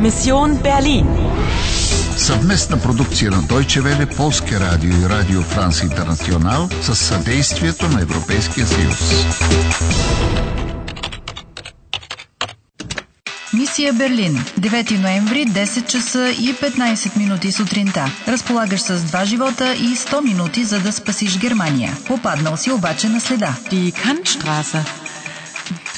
Mission Berlin. Съвместна продукция на Deutsche Welle, Полския радио и Радио Франс Интернационал с съдействието на Европейския съюз. Мисия Берлин. 9 ноември, 10 часа и 15 минути сутринта. Разполагаш с два живота и 100 минути, за да спасиш Германия. Попаднал си обаче на следа. Die Kantstraße.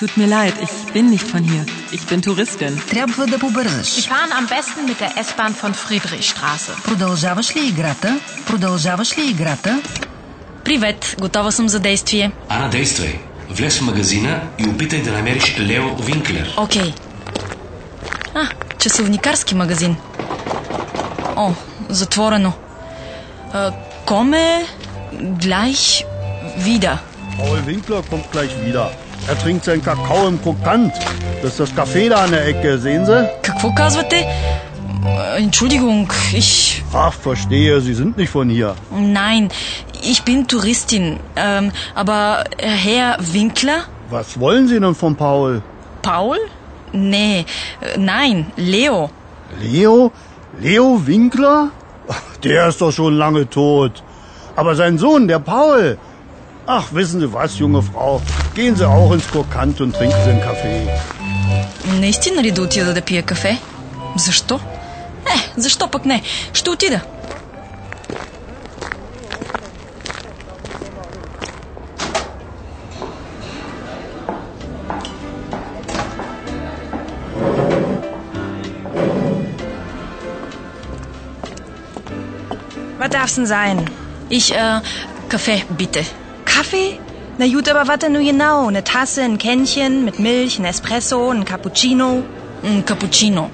Tut mir leid, ich bin nicht von hier. Ich bin Touristin. Трябва да Sie побързаш. fahren am besten mit der S-Bahn von Friedrichstraße. Продължаваш ли играта? Продължаваш ли играта? Привет, готова съм за действие. Ана, действай. Влез в магазина и опитай да намериш Лео Винклер. Окей. А, часовникарски магазин. О, затворено. А, коме gleich wieder. Paul Winkler kommt gleich wieder. Er trinkt seinen Kakao im Krokant. Das ist das Café da an der Ecke, sehen Sie? Какво казвате? А, Entschuldigung, ich... Ach, verstehe, Sie sind nicht von hier. Nein, ich bin Touristin. Ähm, aber Herr Winkler? Was wollen Sie denn von Paul? Paul? Nee, äh, nein, Leo. Leo? Leo Winkler? Ach, Der ist doch schon lange tot. Aber sein Sohn, der Paul. Ach, wissen Sie was, junge Frau? Gehen Sie auch ins Krokant und trinken Sie einen Kaffee. Наистина ли да отида да пия кафе? Защо? Е, защо пък не? Ще отида. Was darf's denn sein? Ich, äh, кафе, bitte. Kaffee? Na gut, aber was denn nun genau? Eine Tasse, ein Kännchen mit Milch, ein Espresso, ein Cappuccino? М, Капучино.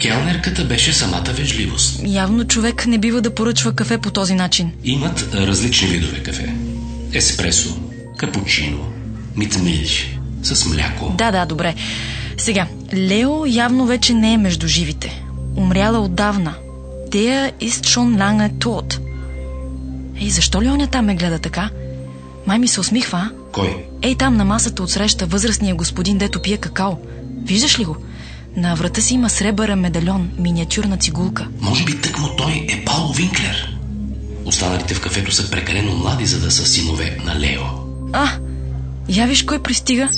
Келнерката беше самата вежливост. Явно човек не бива да поръчва кафе по този начин. Имат а, различни видове кафе. Еспресо, капучино, митмилч, с мляко. Да, да, добре. Сега, Лео явно вече не е между живите. Умряла отдавна. Тея ist schon lange tot. е Ей, защо ли оня там ме гледа така? Май ми се усмихва, а? Кой? Ей там на масата отсреща възрастния господин, дето пие какао. Виждаш ли го? На врата си има сребърен медальон, миниатюрна цигулка. Може би тъкмо той е Пауло Винклер. Останалите в кафето са прекалено млади, за да са синове на Лео. А, я виж кой пристига.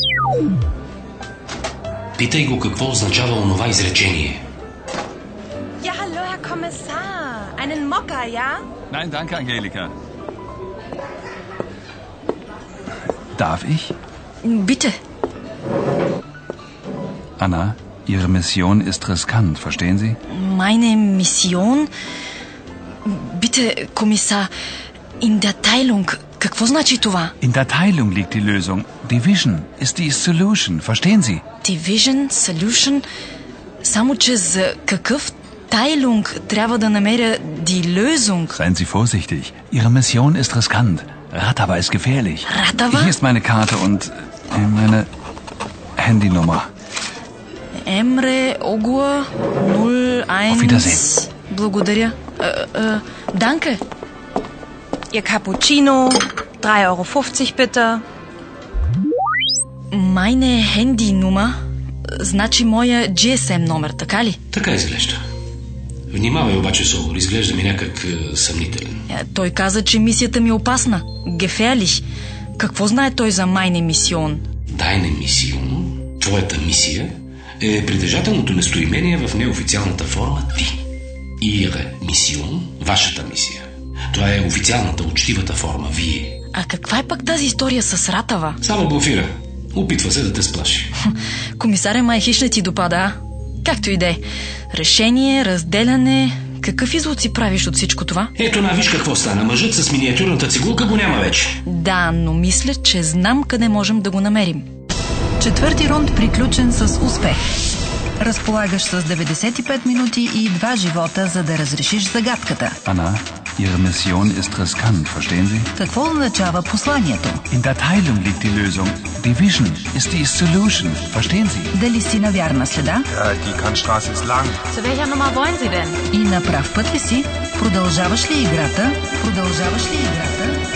Питай го какво означава онова изречение. Ja, hallo, Herr Kommissar. Einen Mokka, ja? Nein, danke, Angelika. Darf ich? Бите, Anna, Ihre Mission ist riskant, verstehen Sie? meine Mission? Бите, комисар, in der Teilung, какво значи това? In der Teilung liegt die Lösung. Division ist die Solution, verstehen Sie? Division, solution, само че за какъв Тайлунг трябва да намеря die Lösung. Seien Sie vorsichtig. Ihre Mission ist riskant. Ratava ist gefährlich. Ratava? Hier ist meine Karte und äh, meine Handynummer. Емре Огуа 01. Auf Wiedersehen. Благодаря. Е, е, Данке. Ihr Cappuccino, 3,50 Euro bitte. Майне хенди нума. Значи моя GSM номер, така ли? Така изглежда. Внимавай обаче, Сол, изглежда ми някак е, съмнителен. Е, Той каза, че мисията ми е опасна. Гефеалих. Какво знае той за майне мисион? Тайна мисия, твоята мисия, е притежателното местоимение в неофициалната форма ти. Ире мисион, вашата мисия. Това е официалната, учтивата форма, вие. А каква е пък тази история с Ратава? Само блофира. Опитва се да те сплаши. Комисаря май хищ не ти допада, а? Както и да е. Решение, разделяне... Какъв извод си правиш от всичко това? Ето на, виж какво стана. Мъжът с миниатюрната цигулка го няма вече. Да, но мисля, че знам къде можем да го намерим. Четвърти рунд приключен с успех. Разполагаш с 95 минути и два живота, за да разрешиш загадката. Anna, Ihre Mission ist riskant, verstehen Sie? Какво означава посланието? In der Teilung liegt die Lösung. Division ist die Solution, verstehen Sie? Дали си на вярна следа Die Kantstraße ist lang. Zu welcher Nummer wollen Sie denn? и на прав път ли си? Продължаваш ли играта? Продължаваш ли играта?